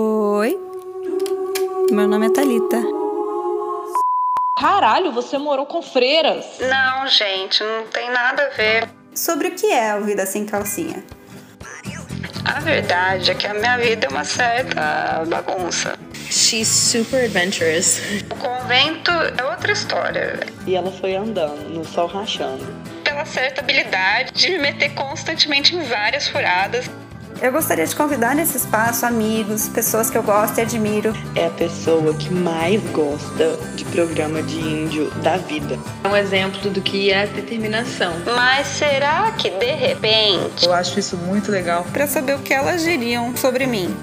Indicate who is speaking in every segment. Speaker 1: Oi, meu nome é Thalita.
Speaker 2: Caralho, você morou com freiras.
Speaker 3: Não, gente, não tem nada a ver.
Speaker 1: Sobre o que é o Vida Sem Calcinha?
Speaker 3: A verdade é que a minha vida é uma certa bagunça.
Speaker 4: She's super adventurous.
Speaker 3: O convento é outra história.
Speaker 2: E ela foi andando, no sol rachando.
Speaker 3: Pela certa habilidade de me meter constantemente em várias furadas.
Speaker 1: Eu gostaria de convidar nesse espaço amigos, pessoas que eu gosto e admiro.
Speaker 2: É a pessoa que mais gosta de programa de índio da vida.
Speaker 4: É um exemplo do que é determinação.
Speaker 3: Mas será que de repente
Speaker 5: Eu acho isso muito legal.
Speaker 1: Para saber o que elas diriam sobre mim.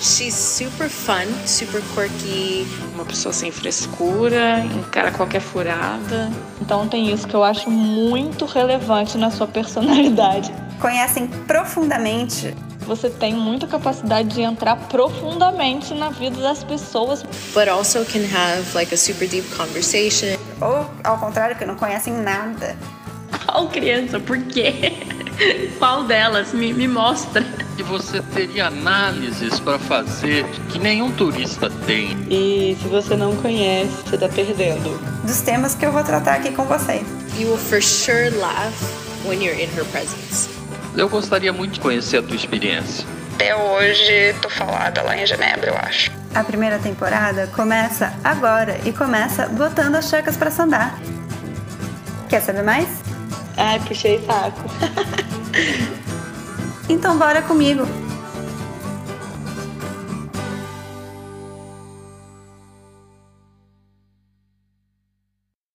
Speaker 4: She's super fun, super quirky.
Speaker 6: Uma pessoa sem frescura, encara qualquer furada.
Speaker 2: Então tem isso que eu acho muito relevante na sua personalidade.
Speaker 1: Conhecem profundamente
Speaker 2: Você tem muita capacidade de entrar profundamente na vida das pessoas.
Speaker 4: But also can have like a super deep conversation.
Speaker 1: ou, ao contrário, que não conhecem nada.
Speaker 7: Qual criança? Por quê? Qual delas? Me, me mostra.
Speaker 8: E você teria análises para fazer que nenhum turista tem.
Speaker 2: E se você não conhece, você tá perdendo.
Speaker 1: Dos temas que eu vou tratar aqui com vocês.
Speaker 4: You will for sure laugh when you're in her presence.
Speaker 8: Eu gostaria muito de conhecer a tua experiência.
Speaker 3: até hoje tô falada lá em Genebra, eu acho.
Speaker 1: A primeira temporada começa agora e começa botando as chacas pra sondar. Quer saber mais?
Speaker 2: Ai, puxei saco.
Speaker 1: Então bora comigo!